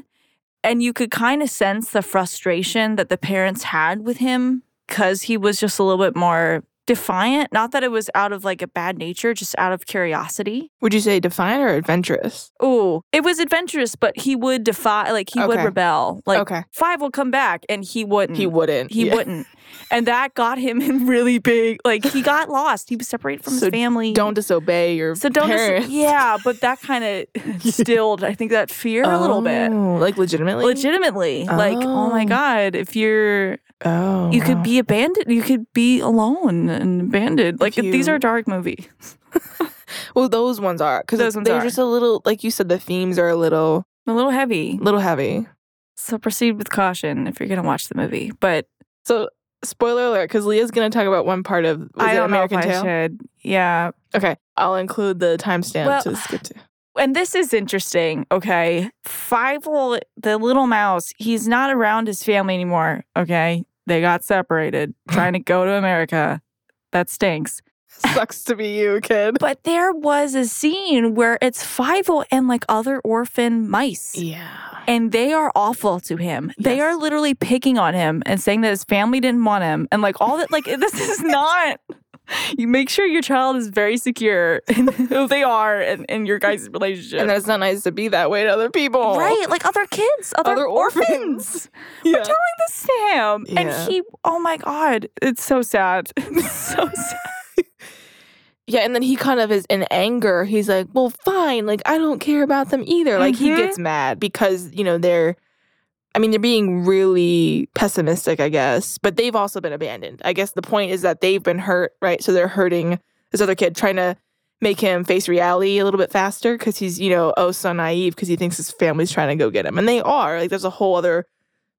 Speaker 2: and you could kind of sense the frustration that the parents had with him because he was just a little bit more defiant. Not that it was out of like a bad nature, just out of curiosity.
Speaker 1: Would you say defiant or adventurous?
Speaker 2: Oh, it was adventurous, but he would defy, like he would
Speaker 1: Okay.
Speaker 2: rebel. Like
Speaker 1: okay.
Speaker 2: Five will come back, and he wouldn't.
Speaker 1: He wouldn't.
Speaker 2: Mm. He
Speaker 1: Yeah.
Speaker 2: wouldn't. And that got him in really big. Like he got lost. He was separated from
Speaker 1: So
Speaker 2: his
Speaker 1: (laughs)
Speaker 2: family.
Speaker 1: Don't disobey your
Speaker 2: So don't. dis-
Speaker 1: parents.
Speaker 2: yeah, but
Speaker 1: (laughs)
Speaker 2: that kind of stilled. I think that fear a little bit.
Speaker 1: Oh, Like legitimately?
Speaker 2: Legitimately, like oh my
Speaker 1: Oh.
Speaker 2: god, if you're
Speaker 1: oh.
Speaker 2: you could
Speaker 1: wow.
Speaker 2: be abandoned, you could be alone and abandoned. Like
Speaker 1: If
Speaker 2: these
Speaker 1: you-
Speaker 2: are dark movies.
Speaker 1: Well, those ones are because
Speaker 2: Those
Speaker 1: those
Speaker 2: ones
Speaker 1: they're
Speaker 2: are.
Speaker 1: just a little like you said. The themes are a little
Speaker 2: a little heavy.
Speaker 1: little heavy.
Speaker 2: So proceed with caution if you're gonna watch the movie. But
Speaker 1: So spoiler alert, because Leah's gonna talk about one part of was
Speaker 2: I
Speaker 1: it
Speaker 2: don't
Speaker 1: American
Speaker 2: know if
Speaker 1: Tail?
Speaker 2: I should. Yeah,
Speaker 1: Okay, I'll include the timestamp
Speaker 2: Well,
Speaker 1: to skip
Speaker 2: (sighs)
Speaker 1: to.
Speaker 2: and this is interesting. Okay, Fievel, the little mouse, he's not around his family anymore. Okay, they
Speaker 1: (laughs)
Speaker 2: got separated, trying to go to America. That stinks.
Speaker 1: Sucks to be you, kid.
Speaker 2: But there was a scene where it's Fievel and like other orphan mice.
Speaker 1: Yeah.
Speaker 2: And they are awful to him. They
Speaker 1: Yes.
Speaker 2: are literally picking on him and saying that his family didn't want him. And like all that, like,
Speaker 1: (laughs)
Speaker 2: this is not. You make sure your child is very secure
Speaker 1: (laughs)
Speaker 2: in who they are and, and your guys' relationship.
Speaker 1: And that it's not nice to be that way to other people.
Speaker 2: right. Like other kids, other,
Speaker 1: Other
Speaker 2: orphans. (laughs)
Speaker 1: orphans. Yeah.
Speaker 2: telling this to him.
Speaker 1: Yeah.
Speaker 2: And he, oh my God, it's so sad. (laughs) It's so sad.
Speaker 1: Yeah, and then he kind of is in anger. He's like, "Well, fine. Like I don't care about them either." Like he
Speaker 2: Mhm.
Speaker 1: gets mad because, you know, they're I mean, they're being really pessimistic, I guess, but they've also been abandoned. I guess the point is that they've been hurt, right? So they're hurting this other kid trying to make him face reality a little bit faster cuz he's, you know, oh so naive cuz he thinks his family's trying to go get him. And they are. Like there's a whole other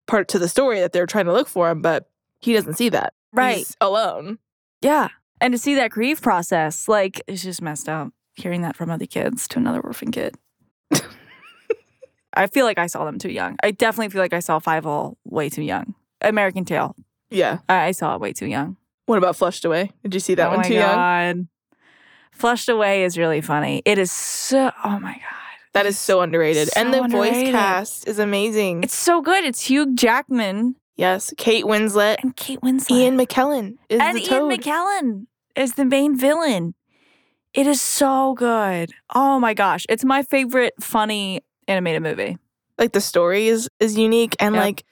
Speaker 1: part to the story that they're trying to look for him, but he doesn't see that. He's alone.
Speaker 2: Yeah. And to see that grief process, like, it's just messed up hearing that from other kids to another orphan kid. I feel like I saw them too young. I definitely feel like I saw Five All way too young. American Tail,
Speaker 1: Yeah.
Speaker 2: I, I saw it way too young.
Speaker 1: What about Flushed Away? Did you see that
Speaker 2: one
Speaker 1: one too young?
Speaker 2: young. Flushed Away is really funny. It is so, oh my God.
Speaker 1: That is so underrated. and
Speaker 2: So
Speaker 1: the voice
Speaker 2: underrated.
Speaker 1: cast is amazing.
Speaker 2: It's so good. It's Hugh Jackman
Speaker 1: yes, Kate Winslet.
Speaker 2: and Kate Winslet.
Speaker 1: Ian McKellen is
Speaker 2: and
Speaker 1: the
Speaker 2: Ian
Speaker 1: toad.
Speaker 2: McKellen is the main villain. It is so good. Oh my gosh. It's my favorite funny animated movie.
Speaker 1: like the story is is unique and
Speaker 2: Yeah.
Speaker 1: like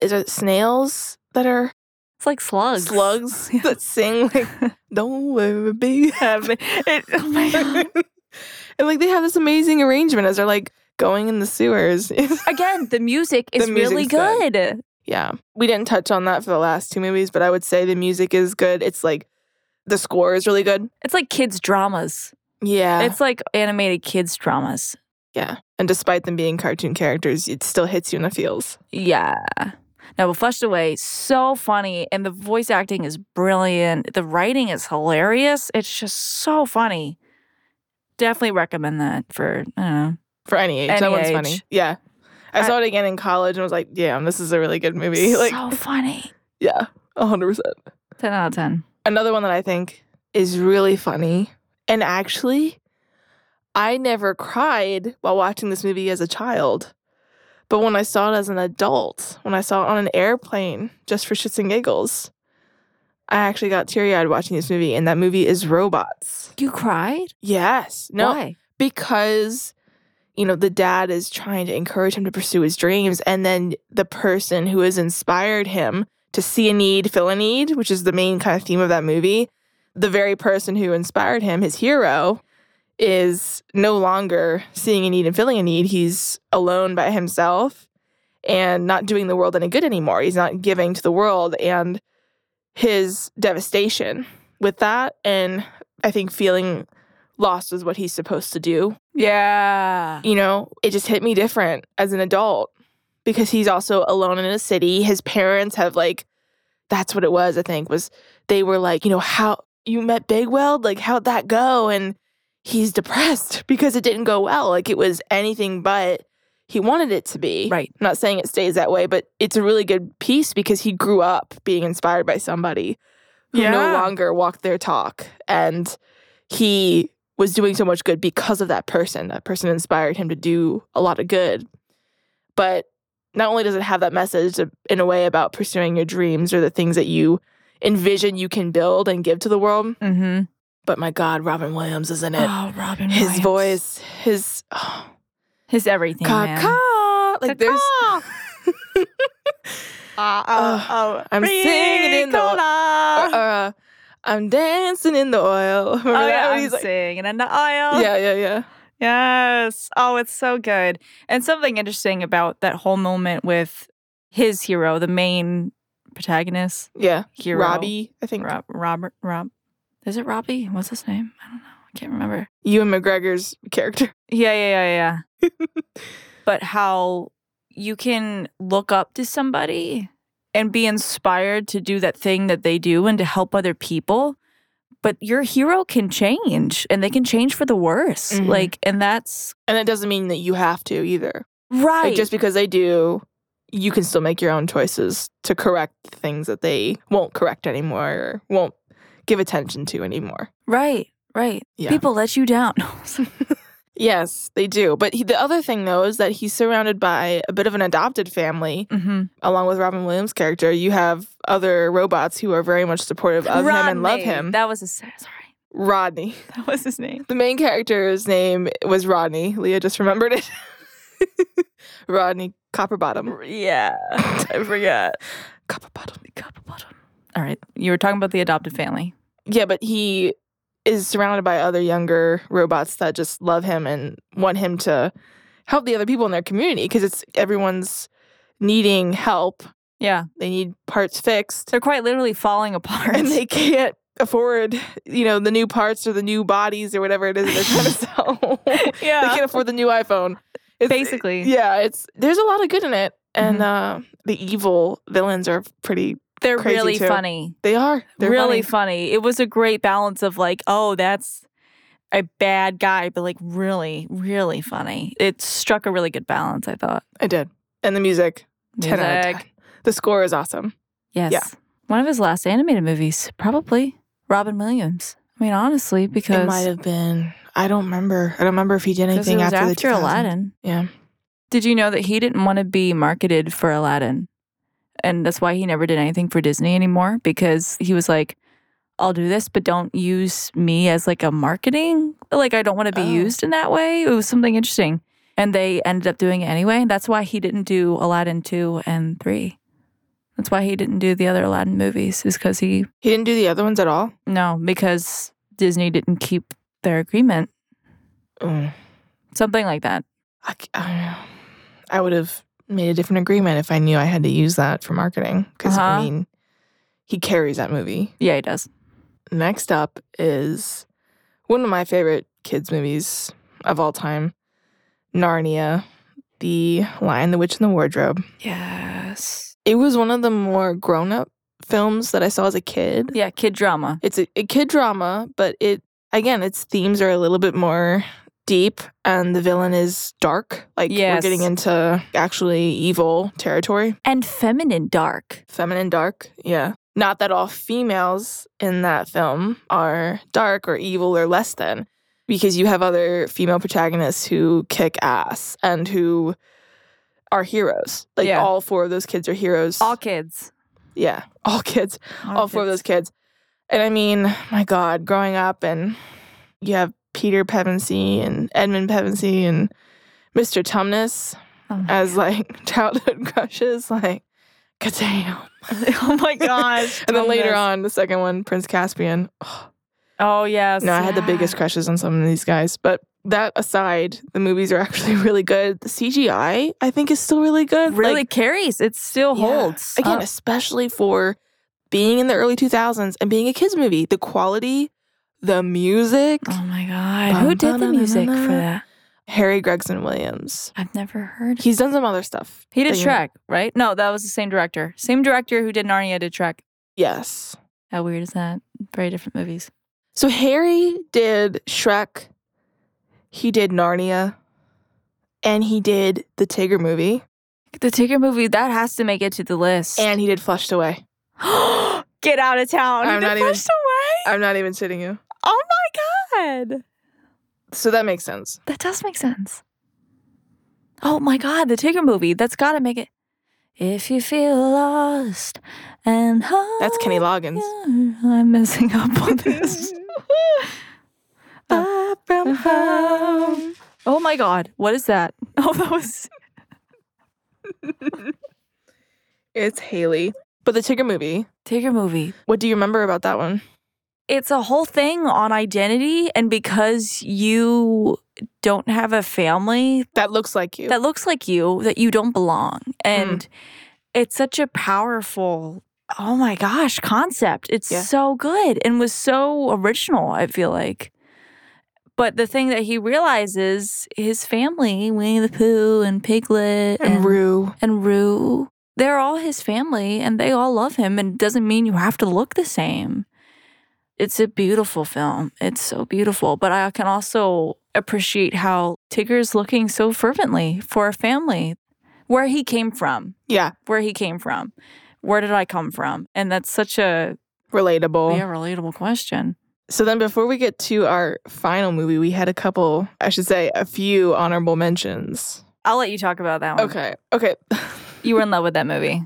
Speaker 1: is it snails that are
Speaker 2: It's like slugs.
Speaker 1: slugs that sing like don't worry be happy.
Speaker 2: (laughs) It, (laughs) oh my
Speaker 1: (laughs)
Speaker 2: God.
Speaker 1: and like they have this amazing arrangement as they're like going in the sewers. (laughs)
Speaker 2: Again, the music is
Speaker 1: The
Speaker 2: really
Speaker 1: music's good.
Speaker 2: good.
Speaker 1: Yeah. We didn't touch on that for the last two movies, but I would say the music is good. It's like the score is really good.
Speaker 2: It's like kids' dramas.
Speaker 1: Yeah.
Speaker 2: It's like animated kids' dramas.
Speaker 1: Yeah. And despite them being cartoon characters, it still hits you in the feels.
Speaker 2: Yeah. No, but Flushed Away, so funny. And the voice acting is brilliant. The writing is hilarious. It's just so funny. Definitely recommend that for, I don't know,
Speaker 1: For any age.
Speaker 2: Any
Speaker 1: that one's
Speaker 2: age.
Speaker 1: funny. Yeah. I,
Speaker 2: I-
Speaker 1: saw it again in college and was like, damn, this is a really good movie. (laughs) Like,
Speaker 2: so funny.
Speaker 1: yeah, 100%.
Speaker 2: 10 out of 10.
Speaker 1: Another one that I think is really funny. And actually, I never cried while watching this movie as a child. But when I saw it as an adult, when I saw it on an airplane just for shits and giggles, I actually got teary eyed watching this movie. And that movie is Robots.
Speaker 2: You cried?
Speaker 1: Yes. No.
Speaker 2: Why?
Speaker 1: because you know the dad is trying to encourage him to pursue his dreams and then the person who has inspired him to see a need fill a need which is the main kind of theme of that movie the very person who inspired him his hero is no longer seeing a need and filling a need he's alone by himself and not doing the world any good anymore he's not giving to the world and his devastation with that and i think feeling lost was what he's supposed to do.
Speaker 2: Yeah.
Speaker 1: You know, it just hit me different as an adult because he's also alone in a city. His parents have like, that's what it was, I think, was they were like, you know, how you met Big Weld? Like, how'd that go? And he's depressed (laughs) because it didn't go well. Like, it was anything but he wanted it to be.
Speaker 2: Right.
Speaker 1: I'm not saying it stays that way, but it's a really good piece because he grew up being inspired by somebody who no
Speaker 2: Yeah.
Speaker 1: longer walked their talk. And he was doing so much good because of that person. That person inspired him to do a lot of good. But not only does it have that message of- in a way about pursuing your dreams or the things that you envision you can build and give to the world,
Speaker 2: Mm-hmm.
Speaker 1: but my God, Robin Williams is in it.
Speaker 2: (gasps) Oh, Robin.
Speaker 1: his
Speaker 2: Williams.
Speaker 1: voice, his (sighs) oh,
Speaker 2: His everything. man.
Speaker 1: ca like there's Uh,
Speaker 2: oh,
Speaker 1: I'm singing in the-
Speaker 2: Ricola.
Speaker 1: uh, I'm dancing in the oil. (laughs) Remember
Speaker 2: Oh,
Speaker 1: that?
Speaker 2: yeah,
Speaker 1: When
Speaker 2: I'm
Speaker 1: he's like- "Oh."
Speaker 2: singing in the aisle.
Speaker 1: yeah, yeah, yeah.
Speaker 2: Yes. Oh, it's so good. And something interesting about that whole moment with his hero, the main protagonist
Speaker 1: Yeah.
Speaker 2: hero.
Speaker 1: Robbie, I think.
Speaker 2: Rob, Robert, Rob. Is it Robbie? What's his name? I don't know. I can't remember.
Speaker 1: Ewan McGregor's character. (laughs)
Speaker 2: Yeah, yeah, yeah, yeah. but how you can look up to somebody and be inspired to do that thing that they do and to help other people. But your hero can change and they can change for the worse.
Speaker 1: Mhm.
Speaker 2: Like, and that's
Speaker 1: And that doesn't mean that you have to either.
Speaker 2: right.
Speaker 1: Like, just because they do, you can still make your own choices to correct things that they won't correct anymore or won't give attention to anymore.
Speaker 2: right, right.
Speaker 1: Yeah. Mm-hmm.
Speaker 2: People let you down. (laughs)
Speaker 1: Yes, they do. But he, the other thing, though, is that he's surrounded by a bit of an adopted family.
Speaker 2: mm-hmm.
Speaker 1: Along with Robin Williams' character, you have other robots who are very much supportive of him and love him.
Speaker 2: That was his sorry.
Speaker 1: Rodney. (laughs)
Speaker 2: That was his name.
Speaker 1: The main character's name was Rodney. Leah just remembered it. (laughs) Rodney Copperbottom.
Speaker 2: Yeah, I forgot.
Speaker 1: Copperbottom.
Speaker 2: All right, you were talking about the adopted family.
Speaker 1: Yeah, but he is surrounded by other younger robots that just love him and want him to help the other people in their community because it's everyone's needing help.
Speaker 2: Yeah,
Speaker 1: They need parts fixed
Speaker 2: they're quite literally falling apart.
Speaker 1: and
Speaker 2: (laughs)
Speaker 1: they can't afford, you know, the new parts or the new bodies or whatever it is they're
Speaker 2: (laughs)
Speaker 1: trying to sell. (laughs) they
Speaker 2: yeah,
Speaker 1: can't afford the new iPhone. It's-
Speaker 2: basically. Mm-hmm.
Speaker 1: Yeah, it's there's a lot of good in it, and uh, the evil villains are pretty.
Speaker 2: They're
Speaker 1: Crazy
Speaker 2: really
Speaker 1: too.
Speaker 2: funny.
Speaker 1: They are They're
Speaker 2: really
Speaker 1: funny.
Speaker 2: funny. It was a great balance of like, oh, that's a bad guy, but like really, really funny. It struck a really good balance, I thought.
Speaker 1: I did, and the music, ten out of
Speaker 2: Music.
Speaker 1: ten. The score is awesome.
Speaker 2: Yes. One of his last animated movies, probably. Robin Williams. I mean, honestly,
Speaker 1: It might
Speaker 2: because
Speaker 1: have been. I don't remember. I don't remember if he did
Speaker 2: 'cause it
Speaker 1: anything
Speaker 2: was
Speaker 1: after,
Speaker 2: after,
Speaker 1: the 2000s.
Speaker 2: Aladdin.
Speaker 1: Yeah.
Speaker 2: Did you know that he didn't want to be marketed for Aladdin? And that's why he never did anything for Disney anymore because he was like, I'll do this, but don't use me as like a marketing. Like, I don't want to be
Speaker 1: Oh.
Speaker 2: used in that way. It was something interesting. And they ended up doing it anyway. That's why he didn't do Aladdin 2 and 3. That's why he didn't do the other Aladdin movies, is because he,
Speaker 1: He didn't do the other ones at all.
Speaker 2: no, because Disney didn't keep their agreement.
Speaker 1: Mm.
Speaker 2: Something like that.
Speaker 1: I, c- I don't know. I would have made a different agreement if I knew I had to use that for marketing. Because I
Speaker 2: Uh-huh.
Speaker 1: mean, he carries that movie.
Speaker 2: Yeah, he does.
Speaker 1: Next up is one of my favorite kids' movies of all time Narnia, The Lion, the Witch, and the Wardrobe.
Speaker 2: Yes.
Speaker 1: It was one of the more grown up films that I saw as a kid.
Speaker 2: Yeah, kid drama.
Speaker 1: It's a, a kid drama, but it, again, its themes are a little bit more deep and the villain is dark. Like we're
Speaker 2: Yes.
Speaker 1: getting into actually evil territory.
Speaker 2: and feminine dark.
Speaker 1: feminine dark. Yeah. Not that all females in that film are dark or evil or less than, because you have other female protagonists who kick ass and who are heroes. Like
Speaker 2: Yeah.
Speaker 1: all four of those kids are heroes.
Speaker 2: All kids.
Speaker 1: yeah. All kids. All, four of those
Speaker 2: kids.
Speaker 1: kids. And I mean, my God, growing up and you have Peter Pevensey and Edmund Pevensey and Mr. Tumnus
Speaker 2: Oh my-
Speaker 1: as like (laughs) childhood crushes. Like, god damn.
Speaker 2: (laughs) oh my gosh.
Speaker 1: (laughs) And then later
Speaker 2: goodness.
Speaker 1: on, the second one, Prince Caspian. (sighs) Ugh.
Speaker 2: Oh yes.
Speaker 1: no, I had the biggest crushes on some of these guys. But that aside, the movies are (laughs) actually really good. The CGI, I think, is still really good.
Speaker 2: Really
Speaker 1: Like,
Speaker 2: carries. It still
Speaker 1: yeah.
Speaker 2: holds. Uh,
Speaker 1: again,
Speaker 2: up.
Speaker 1: especially for being in the early 2000s and being a kids movie. The quality, the music,
Speaker 2: Oh my god. Who did the music for that?
Speaker 1: Harry Gregson Williams.
Speaker 2: I've never heard.
Speaker 1: He's done some other stuff.
Speaker 2: He did
Speaker 1: that you-
Speaker 2: Shrek, right? No, that was the same director. Same director who did Narnia did Shrek.
Speaker 1: Yes.
Speaker 2: How weird is that? Very different movies.
Speaker 1: So Harry did Shrek, he did Narnia, and he did the Tigger movie,
Speaker 2: The Tigger movie that has to make it to the list.
Speaker 1: and he did Flushed Away.
Speaker 2: (gasps) get out of town.
Speaker 1: I'm
Speaker 2: He did
Speaker 1: not even-
Speaker 2: Pushed away.
Speaker 1: I'm not even shitting you.
Speaker 2: oh my god.
Speaker 1: So that makes sense.
Speaker 2: That does make sense. Oh my god, the Tigger movie. That's gotta make it. If you feel lost and
Speaker 1: That's Kenny (laughs) Loggins.
Speaker 2: hungry- I'm messing up
Speaker 1: (laughs)
Speaker 2: on this.
Speaker 1: Uh,
Speaker 2: Up from
Speaker 1: uh-huh.
Speaker 2: home. Oh my god, what is that? (laughs) Oh, that was
Speaker 1: It's Haley. But the Tigger movie,
Speaker 2: Tigger movie.
Speaker 1: what do you remember about that one?
Speaker 2: It's a whole thing on identity, and because you don't have a family,
Speaker 1: That looks like you. Mm-hmm.
Speaker 2: that looks like you that you don't belong and it's such a powerful oh my gosh concept it's
Speaker 1: Yeah.
Speaker 2: so good and was so original i feel like But the thing that he realizes his family, Winnie the Pooh and Piglet
Speaker 1: And Rue.
Speaker 2: and Rue, they're all his family and they all love him. And it doesn't mean you have to look the same. It's a beautiful film. It's so beautiful. But I can also appreciate how Tigger's looking so fervently for a family where he came from,
Speaker 1: Yeah.
Speaker 2: where he came from. Where did I come from? And that's such a
Speaker 1: Relatable.
Speaker 2: yeah, relatable question.
Speaker 1: So then before we get to our final movie, we had a couple, I should say, a few honorable mentions.
Speaker 2: I'll let you talk about that one.
Speaker 1: Okay. Okay. (laughs)
Speaker 2: You were in love with that (laughs) movie.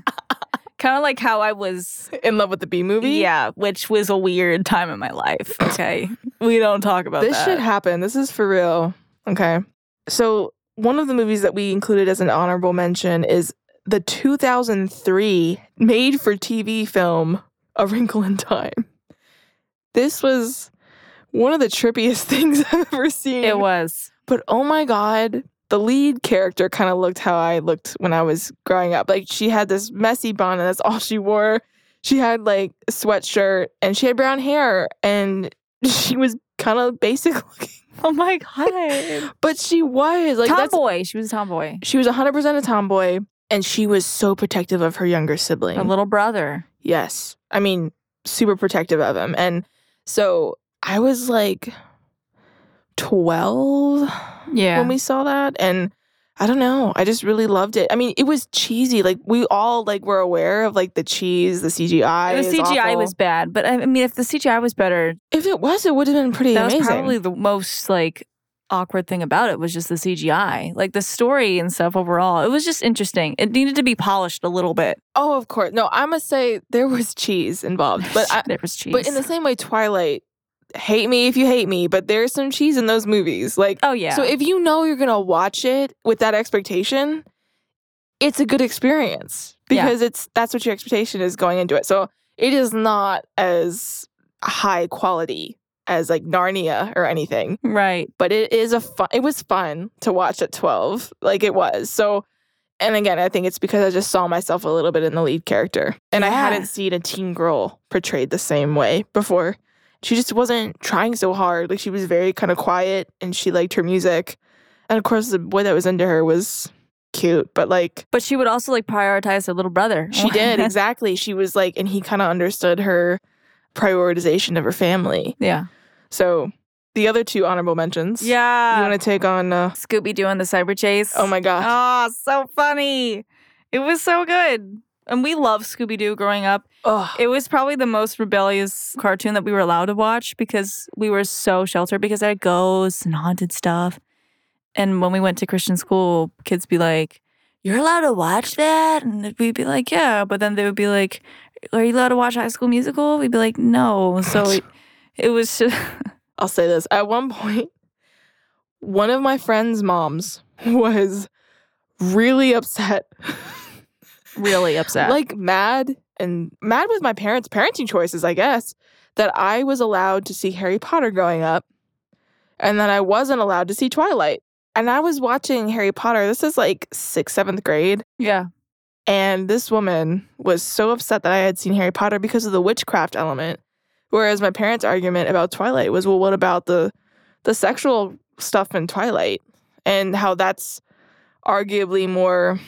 Speaker 2: kind of like how I was.
Speaker 1: In Love with the Bee movie.
Speaker 2: Yeah, which was a weird time in my
Speaker 1: (coughs)
Speaker 2: life. Okay. we don't talk about
Speaker 1: This
Speaker 2: that.
Speaker 1: should happen. This is for real. Okay. So one of the movies that we included as an honorable mention is the 2003 made for TV film A Wrinkle in Time. This was one of the trippiest (laughs) things I've ever seen.
Speaker 2: it was.
Speaker 1: But oh my God, the lead character kind of looked how I looked when I was growing up. Like she had this messy bonnet, that's all she wore. She had like a sweatshirt and she had brown hair and (laughs) she was kind of basic (laughs) looking.
Speaker 2: Oh my (laughs) God.
Speaker 1: But she was like, that's,
Speaker 2: tomboy. She was a tomboy.
Speaker 1: she was 100% a tomboy and she was so protective of her younger sibling.
Speaker 2: A little brother.
Speaker 1: Yes. I mean, super protective of him. And so I was like 12
Speaker 2: Yeah.
Speaker 1: when we saw that and I don't know. I just really loved it. I mean, it was cheesy. Like we all like were aware of like the cheese, the CGI.
Speaker 2: the
Speaker 1: is
Speaker 2: CGI
Speaker 1: awful.
Speaker 2: was bad, but I I mean, if the CGI was better,
Speaker 1: If it was, it would have been pretty
Speaker 2: that
Speaker 1: amazing.
Speaker 2: was probably the most like awkward thing about it was just the CGI. Like the story and stuff overall, it was just interesting. It needed to be polished a little bit.
Speaker 1: oh, of course. No, I must say there was cheese involved, (laughs) but I,
Speaker 2: (laughs) there was cheese.
Speaker 1: but in the same way, Twilight. Hate me if you hate me, but there's some cheese in those movies. Like,
Speaker 2: oh yeah.
Speaker 1: so if you know you're gonna watch it with that expectation, it's a good experience
Speaker 2: Yeah.
Speaker 1: because it's that's what your expectation is going into it. So it is not as high quality as like Narnia or anything,
Speaker 2: right.
Speaker 1: but it is a fun. It was fun to watch at twelve, like it was. So, and again, I think it's because I just saw myself a little bit in the lead character, and I
Speaker 2: Yeah.
Speaker 1: hadn't seen a teen girl portrayed the same way before. She just wasn't trying so hard. Like she was very kind of quiet, and she liked her music, and of course, the boy that was into her was cute, but like.
Speaker 2: But she would also like prioritize her little brother. (laughs)
Speaker 1: She did exactly. She was like, and he kind of understood her prioritization of her family.
Speaker 2: yeah.
Speaker 1: So, the other two honorable mentions. You
Speaker 2: Yeah.
Speaker 1: want to take on uh,
Speaker 2: Scooby Doo and the Cyber Chase.
Speaker 1: Oh my gosh.
Speaker 2: Oh, so funny. It was so good. And we loved Scooby Doo growing up.
Speaker 1: Oh,
Speaker 2: It was probably the most rebellious cartoon that we were allowed to watch because we were so sheltered because it had ghosts and haunted stuff. And when we went to Christian school, kids be like, You're allowed to watch that? And we'd be like, Yeah. But then they would be like, Are you allowed to watch High School Musical? We'd be like, No. So it, it was (laughs) just,
Speaker 1: I'll say this. At one point, one of my friend's moms (laughs) was really upset.
Speaker 2: really upset.
Speaker 1: like mad and mad with my parents' parenting choices, I guess, that I was allowed to see Harry Potter growing up and that I wasn't allowed to see Twilight. And I was watching Harry Potter. This is like sixth, seventh grade.
Speaker 2: yeah,
Speaker 1: And this woman was so upset that I had seen Harry Potter because of the witchcraft element. Whereas my parents' argument about Twilight was, well, what about the the sexual stuff in Twilight and how that's arguably more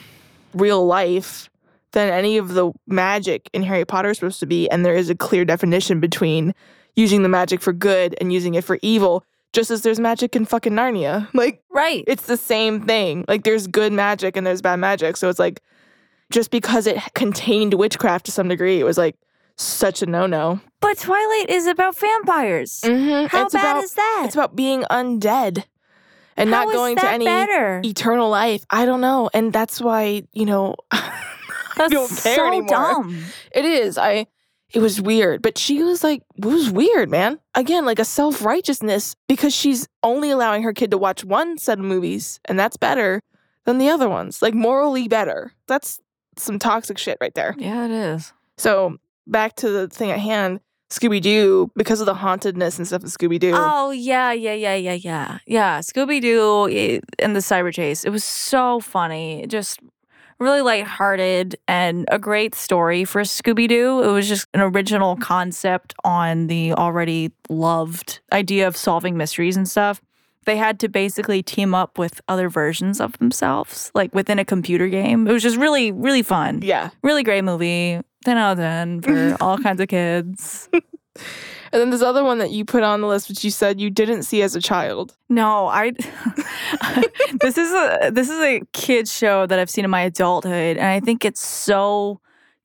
Speaker 1: real life than any of the magic in Harry Potter is supposed to be. And there is a clear definition between using the magic for good and using it for evil, just as there's magic in fucking Narnia. (laughs) Like
Speaker 2: right.
Speaker 1: it's the same thing. Like there's good magic and there's bad magic. So it's like just because it contained witchcraft to some degree, it was like such a no no.
Speaker 2: But Twilight is about vampires.
Speaker 1: Mm-hmm.
Speaker 2: How
Speaker 1: it's
Speaker 2: bad
Speaker 1: about,
Speaker 2: is that?
Speaker 1: It's about being undead and
Speaker 2: How
Speaker 1: not
Speaker 2: is
Speaker 1: going
Speaker 2: that
Speaker 1: to any (laughs)
Speaker 2: better.
Speaker 1: eternal life. I don't know, and that's why you know
Speaker 2: That's
Speaker 1: don't care
Speaker 2: so
Speaker 1: anymore.
Speaker 2: dumb.
Speaker 1: it is. I it was weird, but she was like it was weird, man. Again, like a self righteousness because she's only allowing her kid to watch one set of movies, and that's better than the other ones. Like morally better. That's some toxic shit right there.
Speaker 2: Yeah, it is.
Speaker 1: So back to the thing at hand. Scooby Doo, because of the hauntedness and stuff of Scooby Doo.
Speaker 2: Oh yeah, yeah, yeah, yeah, yeah, yeah. Scooby Doo and the Cyber Chase. It was so funny. Just really lighthearted and a great story for Scooby Doo. It was just an original concept on the already loved idea of solving mysteries and stuff. they had to basically team up with other versions of themselves, like within a computer game. It was just really, really fun.
Speaker 1: Yeah.
Speaker 2: Really great movie. 10 out of 10 for all kinds of kids.
Speaker 1: And then this other one that you put on the list, which you said you didn't see as a child.
Speaker 2: No, I. (laughs) this is a this is a kid show that I've seen in my adulthood, and I think it's so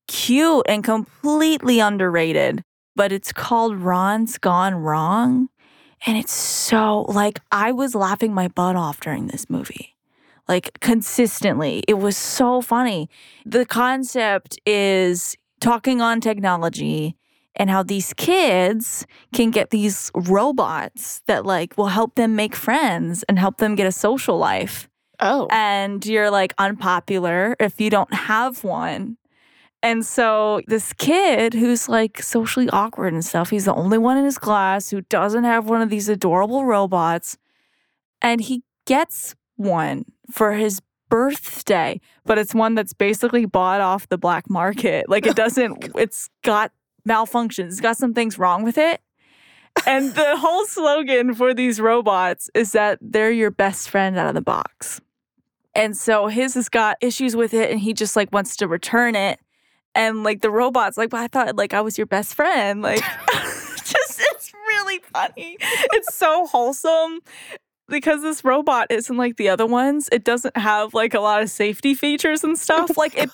Speaker 2: cute and completely underrated. But it's called Ron's Gone Wrong, and it's so like I was laughing my butt off during this movie, like consistently. It was so funny. The concept is talking on technology and how these kids can get these robots that like will help them make friends and help them get a social life
Speaker 1: Oh.
Speaker 2: and you're like unpopular if you don't have one and so this kid who's like socially awkward and stuff he's the only one in his class who doesn't have one of these adorable robots and he gets one for his birthday but it's one that's basically bought off the black market like it doesn't it's got malfunctions it's got some things wrong with it and the whole slogan for these robots is that they're your best friend out of the box. And so his has got issues with it and he just like wants to return it. And like the robot's like, well, I thought like I was your best friend. Like (laughs) just it's really funny. It's so wholesome. Because this robot isn't like the other ones, it doesn't have like a lot of safety features and stuff. Like it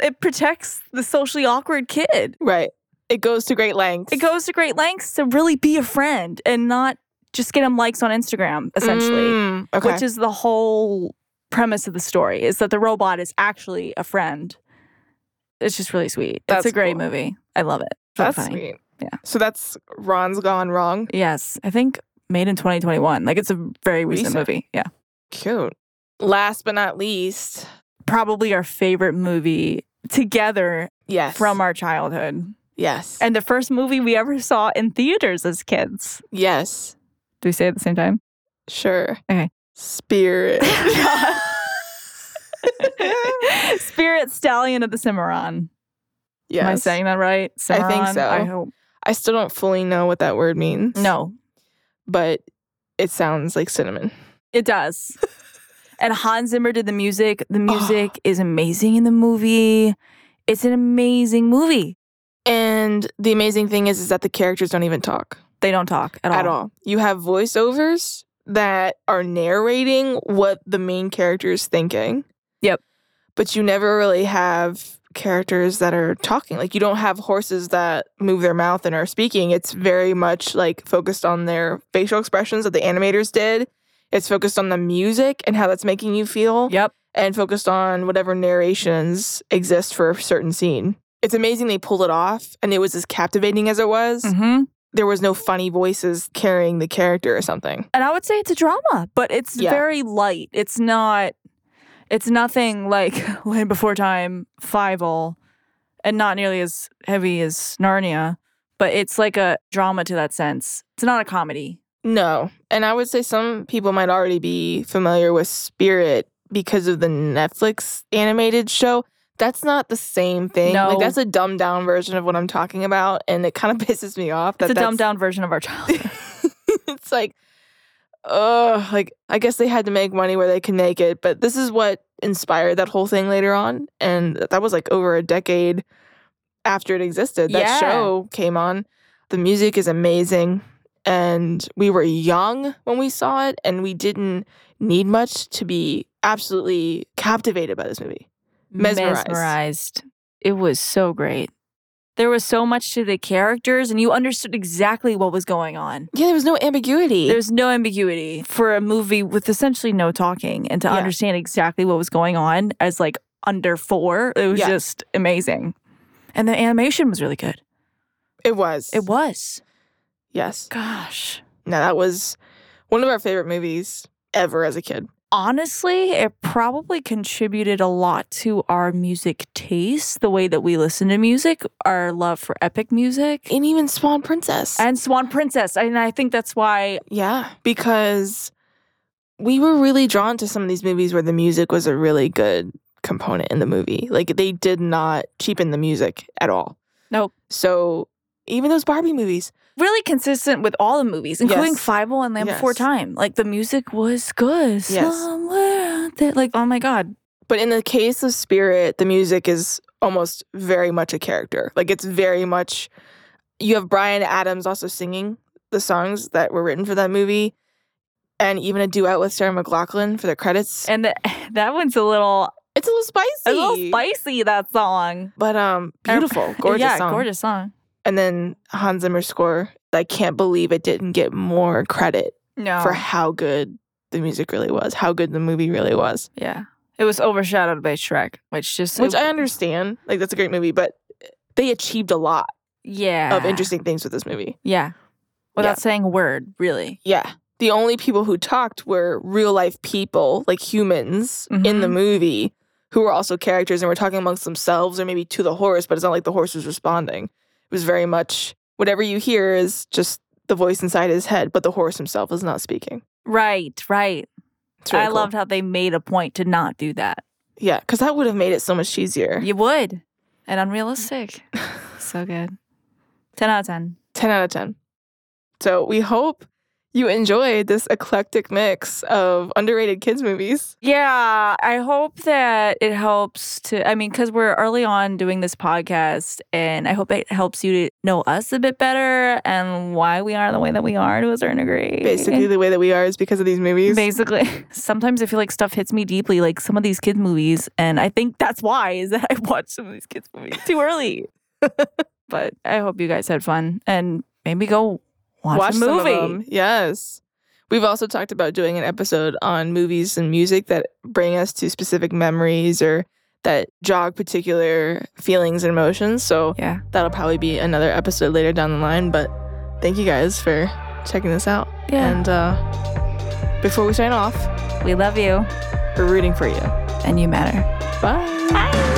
Speaker 2: it protects the socially awkward kid
Speaker 1: Right. It goes to great lengths.
Speaker 2: it goes to great lengths to really be a friend and not just get them likes on Instagram, essentially,
Speaker 1: Mm, okay.
Speaker 2: which is the whole premise of the story is that the robot is actually a friend. It's just really sweet.
Speaker 1: That's
Speaker 2: it's a great
Speaker 1: cool.
Speaker 2: movie. I love it. It's really
Speaker 1: That's
Speaker 2: funny.
Speaker 1: sweet.
Speaker 2: Yeah.
Speaker 1: So that's Ron's Gone Wrong.
Speaker 2: Yes, I think made in 2021. Like it's a very recent,
Speaker 1: Recent.
Speaker 2: movie. Yeah.
Speaker 1: Cute. Last but not least,
Speaker 2: Probably our favorite movie together
Speaker 1: yes.
Speaker 2: from our childhood.
Speaker 1: yes.
Speaker 2: And the first movie we ever saw in theaters as kids.
Speaker 1: yes.
Speaker 2: Do we say it at the
Speaker 1: (laughs)
Speaker 2: same time? (laughs)
Speaker 1: Sure.
Speaker 2: Okay. (laughs)
Speaker 1: Spirit.
Speaker 2: Spirit Stallion of the Cimarron.
Speaker 1: (laughs) yes.
Speaker 2: Am I saying that right?
Speaker 1: I think
Speaker 2: Cimarron?
Speaker 1: so.
Speaker 2: I hope.
Speaker 1: I still don't fully know what that word means.
Speaker 2: No,
Speaker 1: But it sounds like cinnamon. (laughs)
Speaker 2: it does. and Hans Zimmer did the music. The music is amazing in the movie. It's an amazing movie.
Speaker 1: And the amazing thing is, is that the characters don't even talk
Speaker 2: They don't talk at all.
Speaker 1: at all. You have voiceovers that are narrating what the main character is thinking.
Speaker 2: Yep.
Speaker 1: But you never really have characters that are talking. Like you don't have horses that move their mouth and are speaking. It's very much like focused on their facial expressions that the animators did. It's focused on the music and how that's making you feel.
Speaker 2: Yep.
Speaker 1: and focused on whatever narrations exist for a certain scene. It's amazing they pulled it off and it was as captivating as it was.
Speaker 2: hmm
Speaker 1: There was no funny voices carrying the character or something.
Speaker 2: And I would say it's a drama, but it's
Speaker 1: Yeah.
Speaker 2: very light. It's not. It's nothing like (laughs) Land Before Time, Fievel, and not nearly as heavy as Narnia. But it's like a drama to that sense. It's not a comedy.
Speaker 1: No. And I would say some people might already be familiar with Spirit because of the Netflix animated show. That's not the same thing.
Speaker 2: No.
Speaker 1: Like that's a dumbed down version of what I'm talking about and it kind of (laughs) pisses me off that
Speaker 2: It's a
Speaker 1: that's
Speaker 2: dumbed down version of our (laughs) childhood.
Speaker 1: (laughs) it's like, oh, like I guess they had to make money where they can make it. But this is what inspired that whole thing later on, and that was like over a decade after it existed. That
Speaker 2: Yeah.
Speaker 1: show came on. The music is amazing, and we were young when we saw it, and we didn't need much to be absolutely captivated by this movie. Mesmerized.
Speaker 2: mesmerized. It was so great. There was so much to the characters, and you understood exactly what was going on.
Speaker 1: Yeah, there was no ambiguity.
Speaker 2: There's no ambiguity for a movie with essentially no talking, and to
Speaker 1: Yeah.
Speaker 2: understand exactly what was going on as like under four, it was
Speaker 1: Yeah.
Speaker 2: just amazing. And the animation was really good.
Speaker 1: it was.
Speaker 2: It was.
Speaker 1: yes.
Speaker 2: Gosh.
Speaker 1: Now that was one of our favorite movies ever as a kid.
Speaker 2: honestly, it probably contributed a lot to our music taste, the way that we listen to music, our love for epic music,
Speaker 1: and even Swan Princess.
Speaker 2: and Swan Princess. And I think that's why,
Speaker 1: yeah, because we were really drawn to some of these movies where the music was a really good component in the movie. Like they did not cheapen the music at all.
Speaker 2: Nope.
Speaker 1: So even those Barbie movies,
Speaker 2: really consistent with all the movies, including
Speaker 1: Yes.
Speaker 2: Fievel and Land Before
Speaker 1: Yes.
Speaker 2: Time. Like the music was good.
Speaker 1: Yes.
Speaker 2: Somewhere out there. Like, oh my God.
Speaker 1: But in the case of Spirit, the music is almost very much a character. Like it's very much. You have Brian Adams also singing the songs that were written for that movie, and even a duet with Sarah McLaughlin for the credits.
Speaker 2: And the, (laughs) that one's a little,
Speaker 1: It's a little spicy.
Speaker 2: a little spicy, that song.
Speaker 1: But um, (laughs) beautiful, gorgeous
Speaker 2: yeah,
Speaker 1: song.
Speaker 2: gorgeous song.
Speaker 1: And then Hans Zimmer score. I can't believe it didn't get more credit
Speaker 2: No.
Speaker 1: for how good the music really was, how good the movie really was.
Speaker 2: yeah. It was overshadowed by Shrek, which just.
Speaker 1: Which
Speaker 2: it-
Speaker 1: I understand. Like that's a great movie, but they achieved a lot
Speaker 2: yeah.
Speaker 1: of interesting things with this movie.
Speaker 2: Yeah. Without saying a word, really.
Speaker 1: Yeah. The only people who talked were real life people, like humans in the
Speaker 2: Mhm.
Speaker 1: movie, who were also characters and were talking amongst themselves or maybe to the horse, but it's not like the horse was responding. It was very much whatever you hear is just the voice inside his head, but the horse himself is not speaking.
Speaker 2: Right, right.
Speaker 1: It's really
Speaker 2: I
Speaker 1: cool.
Speaker 2: loved how they made a point to not do that.
Speaker 1: Yeah, because that would have made it so much easier.
Speaker 2: (laughs) You would. And (laughs) unrealistic. so good. 10 out of 10.
Speaker 1: 10 out of 10. So we hope you enjoyed this eclectic mix of underrated kids'
Speaker 2: (laughs)
Speaker 1: movies.
Speaker 2: Yeah, I hope that it helps to. I mean, because we're early on doing this podcast, and I hope it helps you to know us a bit better and why we are the way that we are to a certain degree.
Speaker 1: Basically, the way that we are is because of these movies.
Speaker 2: Basically, (laughs) sometimes I feel like stuff hits me deeply, like some of these kids' movies, and I think that's why is that I watched some of these kids' movies
Speaker 1: (laughs)
Speaker 2: too early. but I hope you guys had fun and maybe go watch, a
Speaker 1: some of
Speaker 2: movie.
Speaker 1: them. Yes. We've also talked about doing an episode on movies and music that bring us to specific memories or that jog particular feelings and emotions. So
Speaker 2: Yeah,
Speaker 1: that'll probably be another episode later down the line. But thank you guys for checking this out.
Speaker 2: yeah.
Speaker 1: And uh, before we sign off,
Speaker 2: we love you,
Speaker 1: we're rooting for you.
Speaker 2: and you matter.
Speaker 1: Bye.
Speaker 2: Bye.